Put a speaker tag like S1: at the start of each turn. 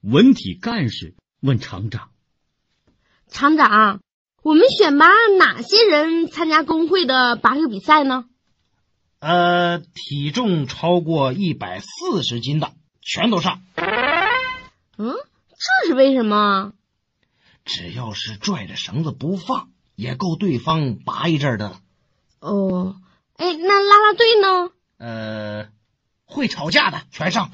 S1: 文体干事问厂长
S2: 厂长，我们选拔哪些人参加工会的拔河比赛呢？
S3: 呃，体重超过一百四十斤的全都上，
S2: 嗯，这是为什么？
S3: 只要是拽着绳子不放，也够对方拔一阵儿的。
S2: 哦，哎，那啦啦队呢？
S3: 呃，会吵架的全上。